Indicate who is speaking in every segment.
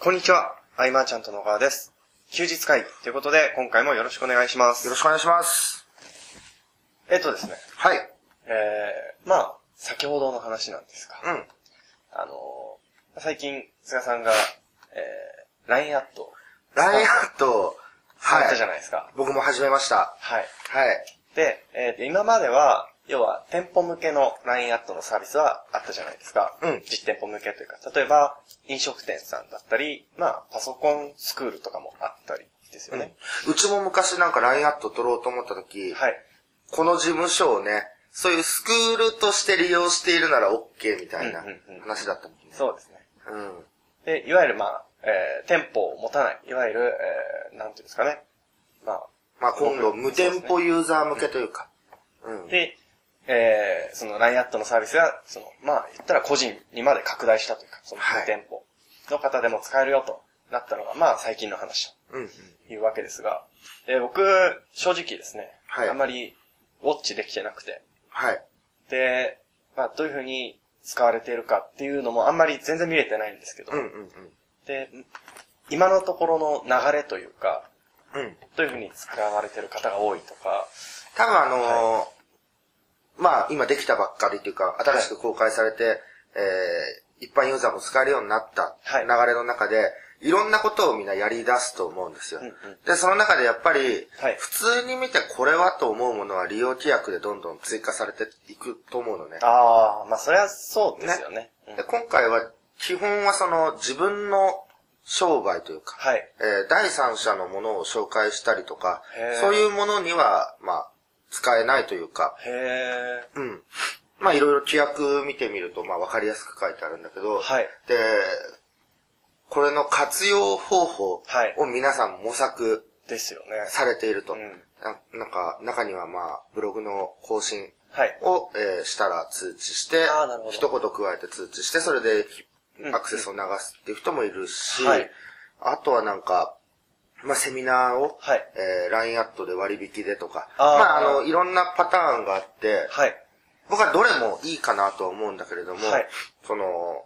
Speaker 1: こんにちは。アイマーちゃんと野川です。休日会議ということで、今回もよろしくお願いします。
Speaker 2: よろしくお願いします。
Speaker 1: えっとですね、
Speaker 2: はい。
Speaker 1: えー、まあ、先ほどの話なんですが、
Speaker 2: うん。
Speaker 1: あのー最近、菅さんが、えー、LINE アットを
Speaker 2: ラインアット、
Speaker 1: 使
Speaker 2: は
Speaker 1: ったじゃ
Speaker 2: い。
Speaker 1: ないですか。
Speaker 2: 僕も始めました。
Speaker 1: はい。
Speaker 2: はい。
Speaker 1: で、えー今までは、要は、店舗向けの LINE アットのサービスはあったじゃないですか。
Speaker 2: うん
Speaker 1: 実店舗向けというか、例えば、飲食店さんだったり、まあ、パソコンスクールとかもあったりですよね。
Speaker 2: うちも昔なんかラインアット取ろうと思った時、
Speaker 1: はい。
Speaker 2: この事務所をね、そういうスクールとして利用しているなら OK みたいな
Speaker 1: うんうんうん
Speaker 2: 話だったもんね。
Speaker 1: そうですね。
Speaker 2: うん。
Speaker 1: で、いわゆるまあ、えー、店舗を持たない、いわゆる、えー、なんていうんですかね。まあ、
Speaker 2: まあ今度、無店舗ユーザー向けというか。うん。
Speaker 1: で、えー、その LINE アットのサービスが、その、まあ、言ったら個人にまで拡大したというか、その
Speaker 2: はい
Speaker 1: 店舗の方でも使えるよとなったのが、まあ、最近の話
Speaker 2: うん。
Speaker 1: というわけですが、で、僕、正直ですね、
Speaker 2: はい
Speaker 1: あんまりウォッチできてなくて、
Speaker 2: はい。
Speaker 1: で、まあ、どういうふうに使われているかっていうのもあんまり全然見れてないんですけど、
Speaker 2: うんうんうん。
Speaker 1: で、今のところの流れというか、
Speaker 2: うん。
Speaker 1: どういうふうに使われてる方が多いとか、
Speaker 2: 多分あのーまあ今できたばっかりというか、新しく公開されて、えー、一般ユーザーも使えるようになった
Speaker 1: はい
Speaker 2: 流れの中で、い、ろんなことをみんなやり出すと思うんですよ。
Speaker 1: うんうん
Speaker 2: で、その中でやっぱり、
Speaker 1: はい
Speaker 2: 普通に見てこれはと思うものは利用規約でどんどん追加されていくと思うのね。
Speaker 1: ああ、まあそれはそうですよね。うん
Speaker 2: で今回は基本はその自分の商売というか、
Speaker 1: はい。
Speaker 2: えー第三者のものを紹介したりとか
Speaker 1: へー、
Speaker 2: そういうものには、まあ、使えないというか、
Speaker 1: へえ。
Speaker 2: うん。まあいろいろ規約見てみると、まあわかりやすく書いてあるんだけど、
Speaker 1: はい。
Speaker 2: で、これの活用方法
Speaker 1: はい
Speaker 2: を皆さん模索
Speaker 1: ですよね。
Speaker 2: されていると。
Speaker 1: うん
Speaker 2: ななんか、中にはまあ、ブログの更新
Speaker 1: はい。
Speaker 2: を、えーしたら通知して
Speaker 1: あーなるほど、
Speaker 2: 一言加えて通知して、それで
Speaker 1: うん
Speaker 2: アクセスを流すっていう人もいるし、
Speaker 1: はい
Speaker 2: あとはなんか、まあセミナーを、
Speaker 1: はい
Speaker 2: えー LINE アットで割引でとか、
Speaker 1: あー
Speaker 2: まああの、いろんなパターンがあって、
Speaker 1: はい。
Speaker 2: 僕はどれもいいかなとは思うんだけれども、
Speaker 1: はい
Speaker 2: その、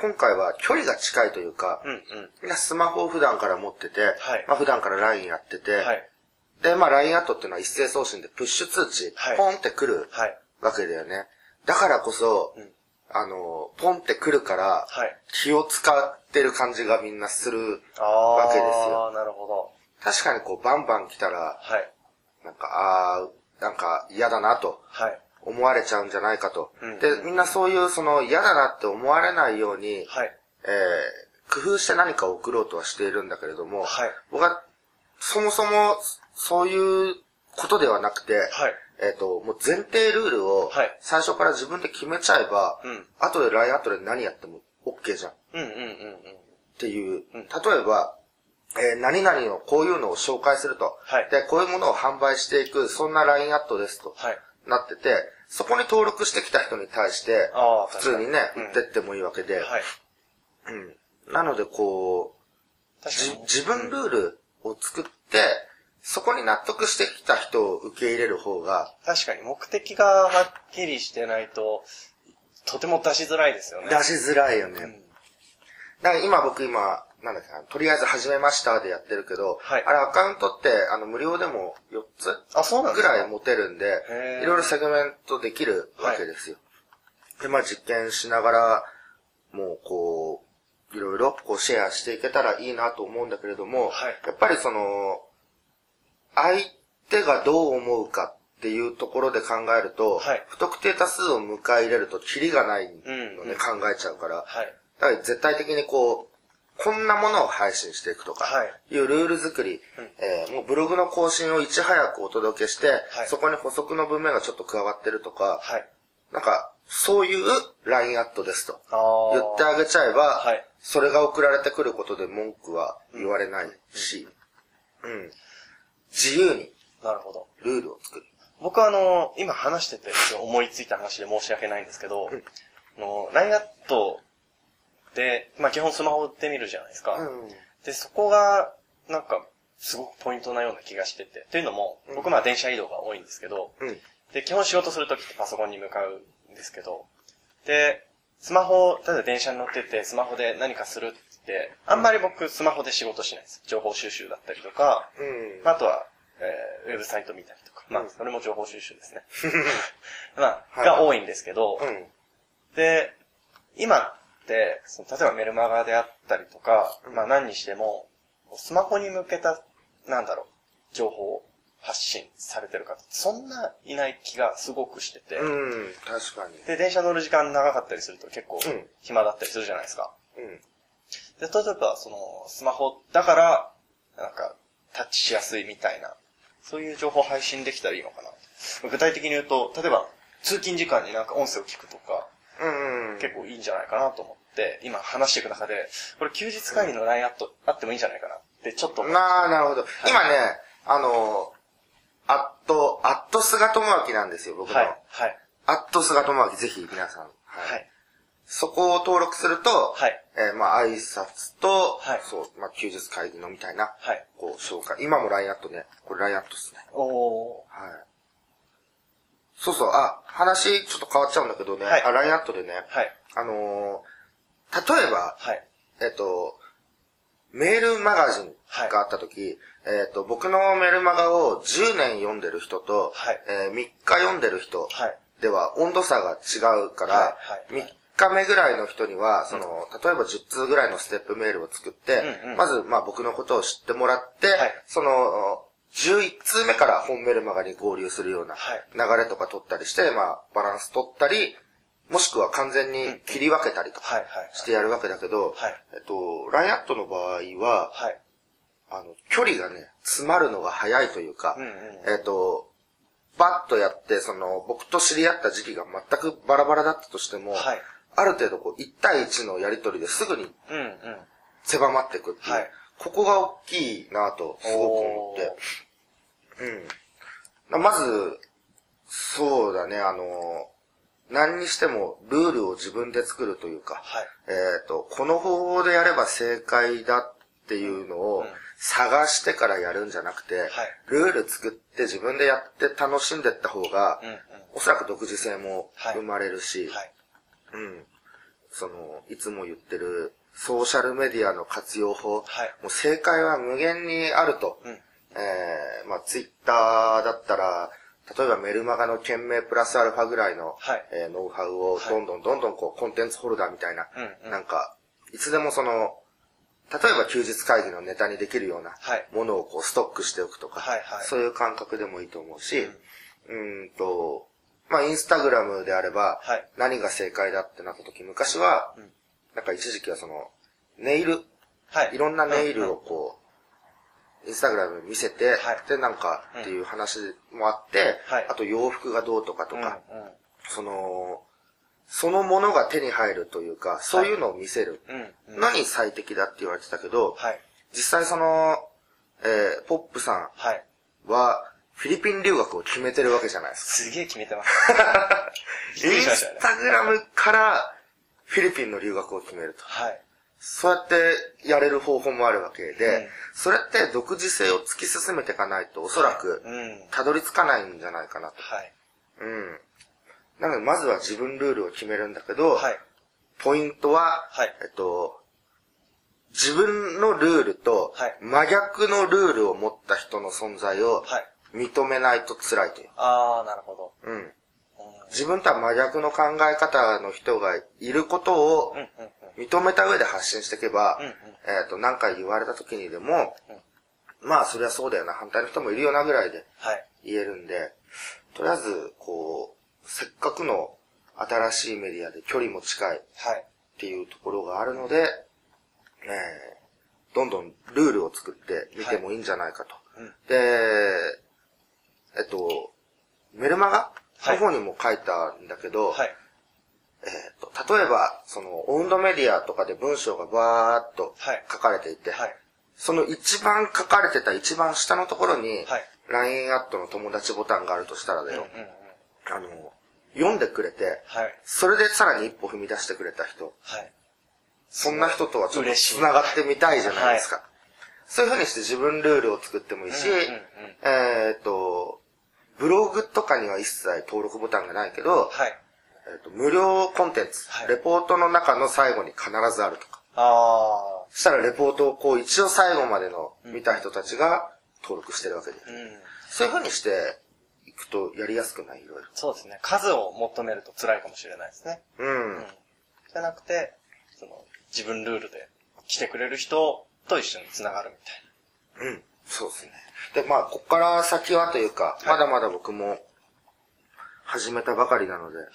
Speaker 2: 今回は距離が近いというか、
Speaker 1: うんうん。
Speaker 2: みんなスマホを普段から持ってて、
Speaker 1: はい
Speaker 2: まあ普段から LINE やってて、
Speaker 1: はい。
Speaker 2: で、まあ LINE アットっていうのは一斉送信でプッシュ通知、
Speaker 1: はい
Speaker 2: ポンって来る
Speaker 1: はい。
Speaker 2: わけだよね。だからこそ、
Speaker 1: うん
Speaker 2: あの、ポンって来るから、
Speaker 1: はい。
Speaker 2: 気を使ってる感じがみんなする。
Speaker 1: ああ。
Speaker 2: わけですよ。
Speaker 1: なるほど。
Speaker 2: 確かにこうバンバン来たら、
Speaker 1: はい。
Speaker 2: なんか、あー、なんか嫌だなと
Speaker 1: はい。
Speaker 2: 思われちゃうんじゃないかと。
Speaker 1: うん
Speaker 2: で、みんなそういうその嫌だなって思われないように、
Speaker 1: はい。
Speaker 2: えー、工夫して何かを送ろうとはしているんだけれども、
Speaker 1: はい
Speaker 2: 僕はそもそもそういうことではなくて、
Speaker 1: はい。
Speaker 2: えっ、と、もう前提ルールを
Speaker 1: はい
Speaker 2: 最初から自分で決めちゃえば、
Speaker 1: うん
Speaker 2: 後で LINE 後で何やっても OK じゃんっ
Speaker 1: うんうんうんうん。
Speaker 2: ていう、
Speaker 1: うん
Speaker 2: 例えば、えー何々のこういうのを紹介すると、
Speaker 1: はい
Speaker 2: で、こういうものを販売していく、そんな LINE アットですと、
Speaker 1: はい。
Speaker 2: なってて、そこに登録してきた人に対して
Speaker 1: あー、
Speaker 2: 普通にね
Speaker 1: 確かに、
Speaker 2: 売ってってもいいわけで、
Speaker 1: はい。
Speaker 2: うんなのでこう、
Speaker 1: 確か
Speaker 2: じ
Speaker 1: に。
Speaker 2: 自分ルールを作って、そこに納得してきた人を受け入れる方が
Speaker 1: 確かに目的がはっきりしてないと、とても出しづらいですよね。
Speaker 2: 出しづらいよね。
Speaker 1: うん
Speaker 2: だから今僕今、なんだっけな、とりあえず始めましたでやってるけど、
Speaker 1: はい
Speaker 2: あれアカウントって、あの、無料でも4つ
Speaker 1: あ、そうなんで
Speaker 2: ぐ
Speaker 1: すから
Speaker 2: い持てるんで
Speaker 1: へ、ー
Speaker 2: いろいろセグメントできるわけですよ。で、まあ実験しながら、もうこう、いろいろこうシェアしていけたらいいなと思うんだけれども、
Speaker 1: はい
Speaker 2: やっぱりその、相手がどう思うかっていうところで考えると、
Speaker 1: はい
Speaker 2: 不特定多数を迎え入れるとキリがないのね、
Speaker 1: うんうん
Speaker 2: 考えちゃうから。
Speaker 1: はい。
Speaker 2: だから絶対的にこう、こんなものを配信していくとか、、
Speaker 1: はい
Speaker 2: うルール作り、えーもうブログの更新をいち早くお届けして、
Speaker 1: い
Speaker 2: そこに補足の文面がちょっと加わってるとか、
Speaker 1: はい。
Speaker 2: なんか、そういうラインアットですと
Speaker 1: ああ。
Speaker 2: 言ってあげちゃえば、
Speaker 1: はい
Speaker 2: それが送られてくることで文句は言われないし、うん。自由に
Speaker 1: なるほど。
Speaker 2: ルールを作る。
Speaker 1: 僕はあの、今話してて思いついた話で申し訳ないんですけど、
Speaker 2: ん
Speaker 1: あの、LINE アットで、まあ基本スマホで見るじゃないですか。で、そこが、なんか、すごくポイントなような気がしてて。というのも、僕まあ電車移動が多いんですけど、
Speaker 2: うん。うん。
Speaker 1: で、基本仕事するときってパソコンに向かうんですけど、で、スマホ、例えば電車に乗ってて、スマホで何かするって、あんまり僕スマホで仕事しないです。情報収集だったりとか、
Speaker 2: うん。
Speaker 1: あとは、えーウェブサイト見たりとか、ま
Speaker 2: う
Speaker 1: あ
Speaker 2: ん、
Speaker 1: それも情報収集 ですね。ま
Speaker 2: は
Speaker 1: あ、
Speaker 2: い
Speaker 1: が多いんですけど
Speaker 2: う、ん。
Speaker 1: で、今って、その例えばメルマガであったりとか
Speaker 2: う、ん
Speaker 1: まあ何にしても、スマホに向けた、なんだろう、情報を発信されてる方、そんないない気がすごくしてて、
Speaker 2: うん。確かに。
Speaker 1: で、電車乗る時間長かったりすると結構
Speaker 2: うん
Speaker 1: 暇だったりするじゃないですか。
Speaker 2: うん。
Speaker 1: で、例えば、その、スマホだから、なんか、タッチしやすいみたいな、そういう情報配信できたらいいのかな。具体的に言うと、例えば、通勤時間になんか音声を聞くとか、
Speaker 2: うん。
Speaker 1: 結構いいんじゃないかなと思って、今話していく中で、これ休日会議のラインアットあってもいいんじゃないかなって、ちょっと思う、
Speaker 2: なあ、なるほど。今ね、あの、アット、アット菅智明なんですよ、僕の。
Speaker 1: はい、はい、
Speaker 2: アット菅智明、ぜひ皆さん。
Speaker 1: は。い、
Speaker 2: そこを登録すると、
Speaker 1: はい、
Speaker 2: えーまあ、挨拶と、
Speaker 1: はい
Speaker 2: そう、まあ、休日会議のみたいな、
Speaker 1: はい。
Speaker 2: こう、紹介。今もラインアットね。これラインアットですね。
Speaker 1: おー、
Speaker 2: はい。そうそう、あ、話ちょっと変わっちゃうんだけどね、
Speaker 1: はい
Speaker 2: あラインアットでね、
Speaker 1: はい、
Speaker 2: あのー例えば、
Speaker 1: はい、
Speaker 2: えっと、メールマガジンがあった時、えっと、僕のメールマガを10年読んでる人と、
Speaker 1: はい
Speaker 2: え3日読んでる人
Speaker 1: はい、
Speaker 2: では温度差が違うから、
Speaker 1: はいはい
Speaker 2: 3日目ぐらいの人には、その、例えば10通ぐらいのステップメールを作って、
Speaker 1: うんうん
Speaker 2: まず、まあ僕のことを知ってもらって、
Speaker 1: はい
Speaker 2: その、11通目から本メルマガに合流するような
Speaker 1: はい
Speaker 2: 流れとか取ったりして、まあバランス取ったり、もしくは完全に切り分けたりとか
Speaker 1: はい、はい。
Speaker 2: してやるわけだけど、
Speaker 1: はい
Speaker 2: えっと、ラインアットの場合は、
Speaker 1: はい。
Speaker 2: あの、距離がね、詰まるのが早いというか、
Speaker 1: うんうん
Speaker 2: えっと、バッとやって、その、僕と知り合った時期が全くバラバラだったとしても、
Speaker 1: はい
Speaker 2: ある程度こう、1対1のやりとりですぐに
Speaker 1: うんうん。
Speaker 2: 狭まっていくっていう、
Speaker 1: はい
Speaker 2: ここが大きいなと、すごく思って。うん。まず、そうだね、あの、何にしてもルールを自分で作るというか、
Speaker 1: はい。
Speaker 2: えっ、と、この方法でやれば正解だっていうの
Speaker 1: う
Speaker 2: を
Speaker 1: ん
Speaker 2: 探してからやるんじゃなくて、ルール作って自分でやって楽しんでった方が、
Speaker 1: うんうん。
Speaker 2: おそらく独自性も
Speaker 1: はい
Speaker 2: 生まれるし、
Speaker 1: はい。
Speaker 2: うん。その、いつも言ってるソーシャルメディアの活用法、
Speaker 1: はい
Speaker 2: もう正解は無限にあると。
Speaker 1: うん。
Speaker 2: えー、まあツイッターだったら、例えばメルマガの件名プラスアルファぐらいの、
Speaker 1: はい
Speaker 2: えーノウハウをどんどんどんどんこうコンテンツホルダーみたいな、
Speaker 1: うんうん
Speaker 2: なんか、いつでもその、例えば休日会議のネタにできるような
Speaker 1: はい
Speaker 2: ものをこうストックしておくとか、
Speaker 1: はいはい
Speaker 2: そういう感覚でもいいと思うし、うーんと、まあインスタグラムであれば
Speaker 1: はい、
Speaker 2: 何が正解だってなった時、昔は
Speaker 1: ん、
Speaker 2: なんか一時期はその、ネイル、
Speaker 1: はい。
Speaker 2: いろんなネイルを
Speaker 1: うん。
Speaker 2: こう、インスタグラムに見せて、
Speaker 1: はい
Speaker 2: で、なんかっていう話もあって、
Speaker 1: はい
Speaker 2: あと洋服がどうとかと
Speaker 1: うん。うん
Speaker 2: か、その、そのものが手に入るというか、そういうのを見せる
Speaker 1: うん。うん。
Speaker 2: のに最適だって言われてたけど、
Speaker 1: はい。
Speaker 2: 実際その、えーポップさ
Speaker 1: はい。
Speaker 2: んは、フィリピン留学を決めてるわけじゃないです
Speaker 1: すげえ決めてます。
Speaker 2: か。インスタグラムから、フィリピンの留学を決めると。
Speaker 1: はい。
Speaker 2: そうやってやれる方法もあるわけで、
Speaker 1: うん
Speaker 2: それって独自性を突き進めていかないと、おそらく
Speaker 1: う、ん。
Speaker 2: たどり着かないんじゃないかなと。
Speaker 1: はい。
Speaker 2: うん。なので、まずは自分ルールを決めるんだけど、
Speaker 1: はい。
Speaker 2: ポイントは、
Speaker 1: はい
Speaker 2: えっと、自分のルールと
Speaker 1: はい、
Speaker 2: 真逆のルールを持った人の存在を
Speaker 1: はい。
Speaker 2: 認めないと辛いという。
Speaker 1: あー、なるほど。
Speaker 2: うん。
Speaker 1: うん。
Speaker 2: 自分とは真逆の考え方の人がいることを
Speaker 1: うんうんうん。
Speaker 2: 認めた上で発信していけば、
Speaker 1: うんうん
Speaker 2: えっ、と、何回言われた時にでも、まあ、そりゃそうだよな、反対の人もいるよなぐらいで
Speaker 1: はい。
Speaker 2: 言えるんで、とりあえず、こう、せっかくの新しいメディアで距離も近いっ
Speaker 1: はい。
Speaker 2: ていうところがあるので、えーどんどんルールを作ってみてもいいんじゃないかと。
Speaker 1: はいうん
Speaker 2: で、えっと、メルマガ
Speaker 1: はい
Speaker 2: の方にも書いたんだけど、
Speaker 1: はい。
Speaker 2: えーと例えば、その、温度メディアとかで文章がバーっと
Speaker 1: はい
Speaker 2: 書かれていて、
Speaker 1: はい。
Speaker 2: その一番書かれてた一番下のところに、
Speaker 1: はい
Speaker 2: LINE アットの友達ボタンがあるとしたらだ
Speaker 1: うんうん
Speaker 2: よ
Speaker 1: う、ん。
Speaker 2: あの、読んでくれて、
Speaker 1: はい。
Speaker 2: それでさらに一歩踏み出してくれた人、
Speaker 1: はい。
Speaker 2: そんな人とはちょっと
Speaker 1: 嬉しい
Speaker 2: 繋がってみたいじゃないですか。そういう風にして自分ルールを作ってもいいし、
Speaker 1: うんうんうん
Speaker 2: えーっと、ブログとかには一切登録ボタンがないけど、
Speaker 1: はい。
Speaker 2: えーっと無料コンテンツ、
Speaker 1: はい
Speaker 2: レポートの中の最後に必ずあるとか、
Speaker 1: あ
Speaker 2: そしたらレポートをこう一応最後までの見た人たちが登録してるわけで。
Speaker 1: うん。
Speaker 2: そういう風にしていくとやりやすくないいろい
Speaker 1: そうですね。数を求めると辛いかもしれないですね。
Speaker 2: ろ。うん。
Speaker 1: うん。じゃなくて、その、自分ルールで来てくれる人と一緒に繋がるみたいな。
Speaker 2: うん。そうですね。で、まあ、こっから先はというか、
Speaker 1: い
Speaker 2: まだまだ僕も始めたばかりなので、
Speaker 1: はい。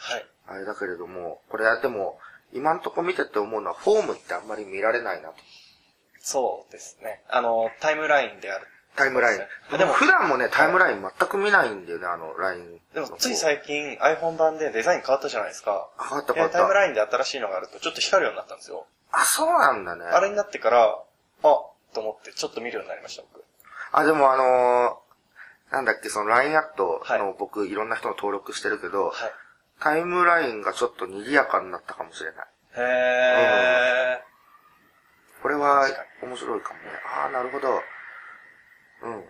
Speaker 2: あれだけれども、これやっても、今んとこ見てて思うのは、フォームってあんまり見られないなと。
Speaker 1: そうですね。あの、タイムラインである。
Speaker 2: タイムライ
Speaker 1: そうですね
Speaker 2: ン。で
Speaker 1: で
Speaker 2: も
Speaker 1: も
Speaker 2: 普段もね、タイムライン全く見ないんだよね、あの、ライン。
Speaker 1: でも、つい最近 iPhone 版でデザイン変わったじゃないですか。
Speaker 2: 近。変わった変
Speaker 1: えー
Speaker 2: わっ
Speaker 1: タイム
Speaker 2: た。
Speaker 1: ラインで新しいのがあると、ちょっと光るようになったんですよ。
Speaker 2: あ、そうなんだね。
Speaker 1: あれになってから、あ、と思ってちょっと見るようになりました、僕。
Speaker 2: あ、でもあのー、なんだっけ、その LINE アット
Speaker 1: は
Speaker 2: の僕、いろんな人の登録してるけど、
Speaker 1: はい。
Speaker 2: タイムラインがちょっと賑やかになったかもしれない。
Speaker 1: へ
Speaker 2: これは
Speaker 1: 確か
Speaker 2: 面白いかもね。ああ、なるほど。うんうん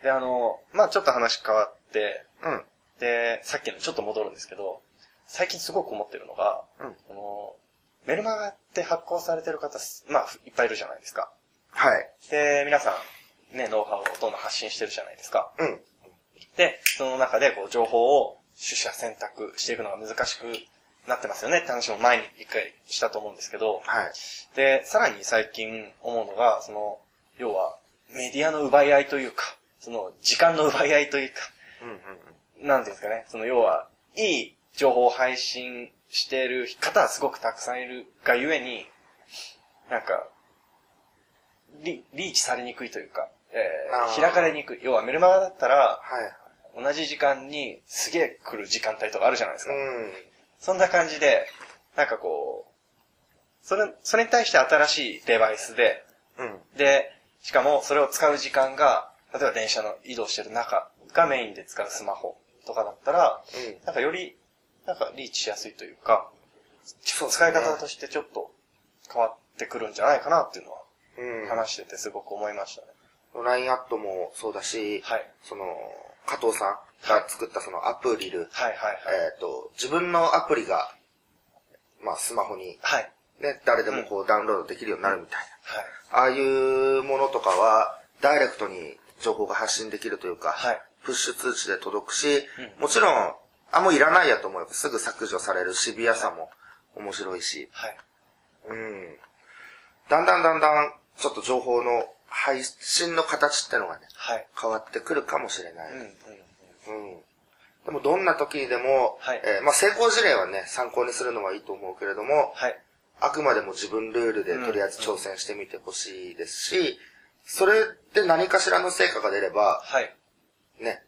Speaker 1: ー。で、あの、まあちょっと話変わって、
Speaker 2: うん。うん。
Speaker 1: で、さっきのちょっと戻るんですけど、最近すごく思ってるのが、
Speaker 2: うん
Speaker 1: この、メルマガって発行されてる方す、まあいっぱいいるじゃないですか。
Speaker 2: はい。
Speaker 1: で、皆さん、ね、ノウハウをどんどん発信してるじゃないですか。
Speaker 2: うん。
Speaker 1: で、その中で、こう、情報を取捨選択していくのが難しくなってますよねって話も前に一回したと思うんですけど、
Speaker 2: はい。
Speaker 1: で、さらに最近思うのが、その、要は、メディアの奪い合いというか、その、時間の奪い合いというか、
Speaker 2: うんうんうん。
Speaker 1: なんていうんですかね、その、要は、いい情報を配信している方はすごくたくさんいるがゆえに、なんか、リリーチされにくいというか、
Speaker 2: なる
Speaker 1: え
Speaker 2: ほ
Speaker 1: ー
Speaker 2: ど
Speaker 1: 開かれにくい。要はメルマガだったら、
Speaker 2: はい。
Speaker 1: 同じ時間にすげえ来る時間帯とかあるじゃないですか。
Speaker 2: うん。
Speaker 1: そんな感じで、なんかこう、それ、それに対して新しいデバイスで、
Speaker 2: うん。
Speaker 1: で、しかもそれを使う時間が、例えば電車の移動してる中がメインで使うスマホとかだったら、
Speaker 2: うん。
Speaker 1: なんかより、なんかリーチしやすいというか、
Speaker 2: そう
Speaker 1: 使い方としてちょっと変わってくるんじゃないかなっていうのは
Speaker 2: うん。
Speaker 1: 話しててすごく思いましたね。
Speaker 2: ラインアットもそうだし、
Speaker 1: はい。
Speaker 2: その、加藤さんが作ったそのアプリル、
Speaker 1: はいはいはい。
Speaker 2: えっ、と、自分のアプリが、まあ、スマホに、
Speaker 1: はい。
Speaker 2: ね、誰でもこうダウンロードできるようになるみたいな。
Speaker 1: はい。
Speaker 2: ああいうものとかは、ダイレクトに情報が発信できるというか、
Speaker 1: はい
Speaker 2: プッシュ通知で届くし、
Speaker 1: うん
Speaker 2: もちろん、あ、もういらないやと思えばすぐ削除されるシビアさも面白いし、
Speaker 1: はい。
Speaker 2: うん。だんだんだんだん、ちょっと情報の配信の形ってのがね、
Speaker 1: はい。
Speaker 2: 変わってくるかもしれない。
Speaker 1: うんうんうん。
Speaker 2: うんでもどんな時にでも、
Speaker 1: はい
Speaker 2: えーまあ成功事例はね、参考にするのはいいと思うけれども、
Speaker 1: はい。
Speaker 2: あくまでも自分ルールでとりあえず挑戦してみてほしいですし、それで何かしらの成果が出れば、
Speaker 1: はい。
Speaker 2: ね、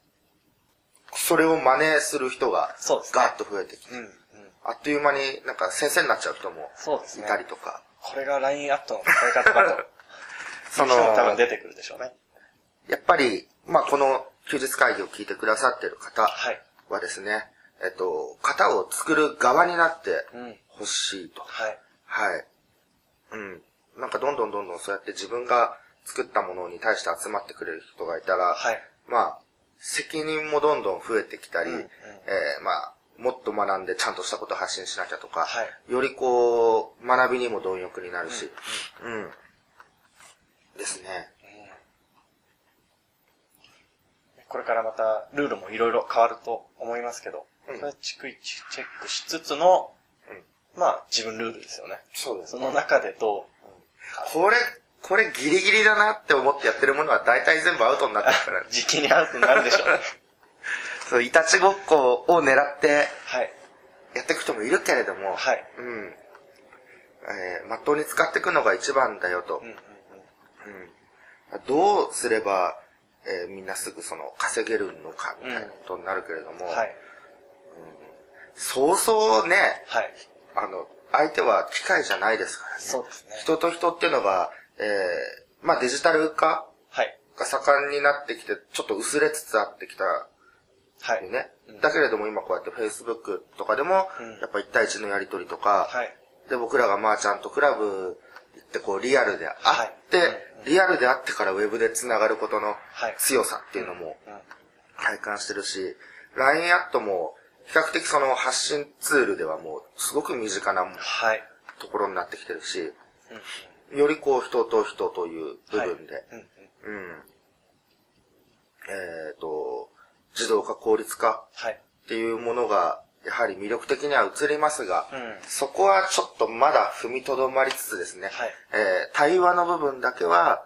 Speaker 2: それを真似する人が
Speaker 1: そうですね
Speaker 2: ガーッと増えてきて、
Speaker 1: うんうん。
Speaker 2: あっという間になんか先生になっちゃう人も
Speaker 1: そうです
Speaker 2: い
Speaker 1: ね。
Speaker 2: たりとか、
Speaker 1: これが LINE アットの使い方だ と。
Speaker 2: その、
Speaker 1: 人も多分
Speaker 2: や
Speaker 1: 出てくるでしょうね。
Speaker 2: っぱり、まあこの休日会議を聞いてくださってる方
Speaker 1: はい。
Speaker 2: はですね、えっと、型を作る側になって
Speaker 1: うん。
Speaker 2: ほしいと。
Speaker 1: はい。
Speaker 2: はい。うん。なんかどんどんどんどんそうやって自分が作ったものに対して集まってくれる人がいたら、
Speaker 1: はい。
Speaker 2: まあ、責任もどんどん増えてきたり、
Speaker 1: うんうん
Speaker 2: えーまあ、もっと学んでちゃんとしたことを発信しなきゃとか、
Speaker 1: はい
Speaker 2: よりこう、学びにも貪欲になるし、うん、ですね。
Speaker 1: これからまたルールもいろいろ変わると思いますけど、
Speaker 2: うん
Speaker 1: それは逐一チェックしつつの、
Speaker 2: うん
Speaker 1: まあ自分ルールですよね。
Speaker 2: そうで
Speaker 1: その中でど
Speaker 2: これ、これギリギリだなって思ってやってるものは大体全部アウトになってるから、
Speaker 1: う、時期に合うとなるでしょうね。
Speaker 2: そう、いたちごっこを狙って
Speaker 1: はい。
Speaker 2: やっていく人もいるけれども、
Speaker 1: はい。
Speaker 2: うん。えー、まっとうに使っていくのが一番だよと
Speaker 1: うん。うんうん。
Speaker 2: うんどうすれば、えーみんなすぐその稼げるのかみたいなことになるけれども、
Speaker 1: はい。
Speaker 2: そうそうね、
Speaker 1: はい。
Speaker 2: あの、相手は機械じゃないですからね。
Speaker 1: そうですね。
Speaker 2: 人と人っていうのが、えーまあデジタル化
Speaker 1: はい。
Speaker 2: が盛んになってきて、ちょっと薄れつつあってきた
Speaker 1: はい。
Speaker 2: よね
Speaker 1: うん。
Speaker 2: だけれども今こうやって Facebook とかでも
Speaker 1: うん、
Speaker 2: やっぱ一対一のやりとりとか、
Speaker 1: はい。
Speaker 2: で、僕らがまあちゃんとクラブ行ってこうリアルで会って、
Speaker 1: はい
Speaker 2: リアルで会ってからウェブで繋がることの
Speaker 1: はい
Speaker 2: 強さっていうのも
Speaker 1: うん。
Speaker 2: 体感してるし、LINE アットも比較的その発信ツールではもうすごく身近な
Speaker 1: はい。
Speaker 2: ところになってきてるし、
Speaker 1: うんうん。
Speaker 2: よりこう人と人という部分で、
Speaker 1: うんうん。
Speaker 2: うん。えっ、と、自動化効率化
Speaker 1: はい。
Speaker 2: っていうものが、やはり魅力的には映りますが、
Speaker 1: うん。
Speaker 2: そこはちょっとまだ踏みとどまりつつですね、
Speaker 1: はい。
Speaker 2: えー対話の部分だけは、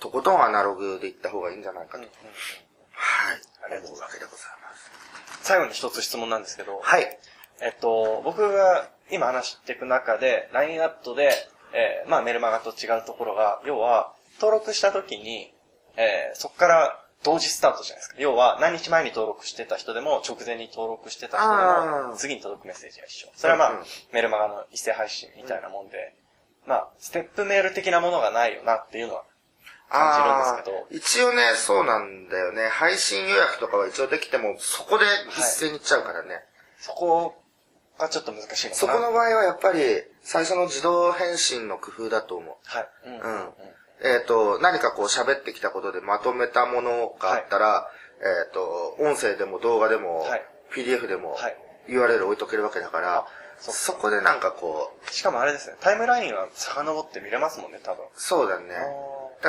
Speaker 2: とことんアナログでいった方がいいんじゃないか
Speaker 1: うん
Speaker 2: と。
Speaker 1: うんうん
Speaker 2: はい。
Speaker 1: ありがとうございます
Speaker 2: 思わけでございます。
Speaker 1: 最後に一つ質問なんですけど、
Speaker 2: はい。
Speaker 1: えっと、僕が今話していく中で、LINE アットで、えーまあメルマガと違うところが、要は、登録した時に、えーそこから同時スタートじゃないですか。要は、何日前に登録してた人でも、直前に登録してた人で
Speaker 2: あ
Speaker 1: も、
Speaker 2: ー
Speaker 1: 次に届くメッセージが一緒。それはまあ、
Speaker 2: うんうん
Speaker 1: メルマガの一斉配信みたいなもんで、まあ、ステップメール的なものがないよなっていうのは感じるん
Speaker 2: あー一応ね、そうなんだよね。配信予約とかは一応できても、そこで一斉に行っちゃうからね。
Speaker 1: そこがちょっと難しいのか
Speaker 2: そ
Speaker 1: な。
Speaker 2: この場合はやっぱり、最初の自動返信の工夫だと思う。
Speaker 1: はい。うんうんうん
Speaker 2: うんえっ、と、何かこう喋ってきたことでまとめたものがあったら、えっ、と、音声でも動画でも、
Speaker 1: はい
Speaker 2: PDF でも
Speaker 1: はい
Speaker 2: URL 置いとけるわけだから、
Speaker 1: そ
Speaker 2: そ
Speaker 1: っか
Speaker 2: こでなんかこう、
Speaker 1: しかもあれですね、タイムラインは遡って見れますもんね、多分。
Speaker 2: そうだね。だか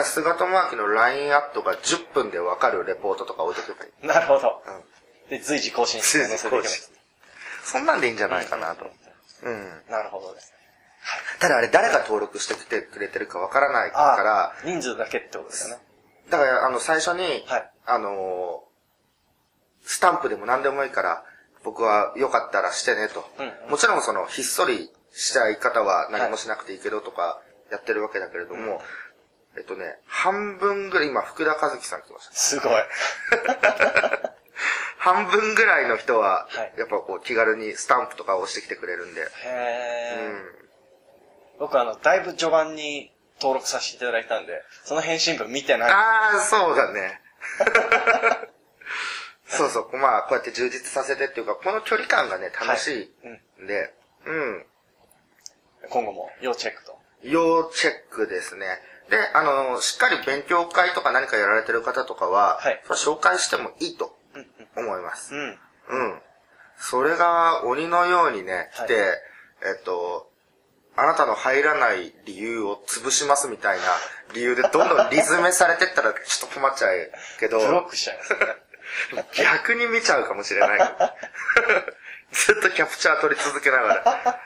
Speaker 2: ら菅智明の LINE アットが10分でわかるレポートとか置いとけばいい。
Speaker 1: なるほど。
Speaker 2: うん
Speaker 1: で、随時更新して載せていきます。
Speaker 2: そんなんでいいんじゃないかなと。うん。
Speaker 1: なるほどですね。
Speaker 2: ただあれ誰が登録してきてくれてるかわからない
Speaker 1: あ
Speaker 2: から、
Speaker 1: 人数だけってことですよね。
Speaker 2: だから、あの、最初に、
Speaker 1: はい
Speaker 2: あのースタンプでも何でもいいから、僕はよかったらしてねと。
Speaker 1: うんうん
Speaker 2: もちろん、その、ひっそりしたい方は何もしなくていいけどとか、やってるわけだけれども、えっとね、半分ぐらい、今、福田和樹さん来ました。
Speaker 1: すごい。
Speaker 2: 半分ぐらいの人は、
Speaker 1: はい
Speaker 2: やっぱこう、気軽にスタンプとかを押してきてくれるんで、
Speaker 1: へ
Speaker 2: う
Speaker 1: ー。
Speaker 2: ん。
Speaker 1: 僕あの、だいぶ序盤に登録させていただいたんで、その返信文見てない。
Speaker 2: ああ、そうだね。 そうそう、まあ、こうやって充実させてっていうか、この距離感がね、楽しい
Speaker 1: うん。
Speaker 2: んで、うん。
Speaker 1: 今後も要チェックと。
Speaker 2: 要チェックですね。で、あの、しっかり勉強会とか何かやられてる方とかは、
Speaker 1: はい
Speaker 2: それ紹介してもいいと
Speaker 1: うん
Speaker 2: 思います。
Speaker 1: うん。うん。
Speaker 2: うん。それが鬼のようにね、来て、
Speaker 1: は
Speaker 2: えっと、あなたの入らない理由を潰しますみたいな理由でどんどんリズメされてったらちょっと困っちゃうけど。
Speaker 1: ブ ロックしちゃいます ね。
Speaker 2: 逆に見ちゃうかもしれ ない。ずっとキャプチャー取り続けながら。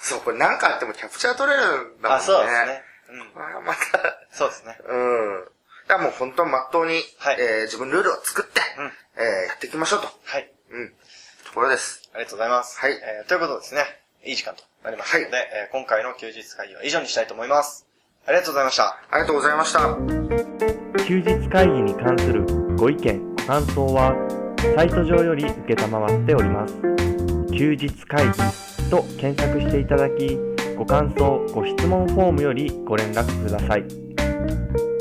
Speaker 2: そう、これ何かあってもキャプチャー取れるんだもんね。
Speaker 1: あ、そうですね。うん。
Speaker 2: これはまた、
Speaker 1: そうですね。
Speaker 2: うん。だからもう本当にまっとうに、
Speaker 1: はい
Speaker 2: えー自分のルールを作って、
Speaker 1: うん
Speaker 2: えーやっていきましょうと。
Speaker 1: はい。
Speaker 2: うん。ところです。
Speaker 1: ありがとうございます。
Speaker 2: はい
Speaker 1: えーということですね。いい時間となりましたので、
Speaker 2: は
Speaker 1: えー今回の休日会議は以上にしたいと思います。ありがとうございました。
Speaker 2: ありがとうございました。
Speaker 3: 休日会議に関するご意見ご感想はサイト上より承っております休日会議と検索していただきご感想ご質問フォームよりご連絡ください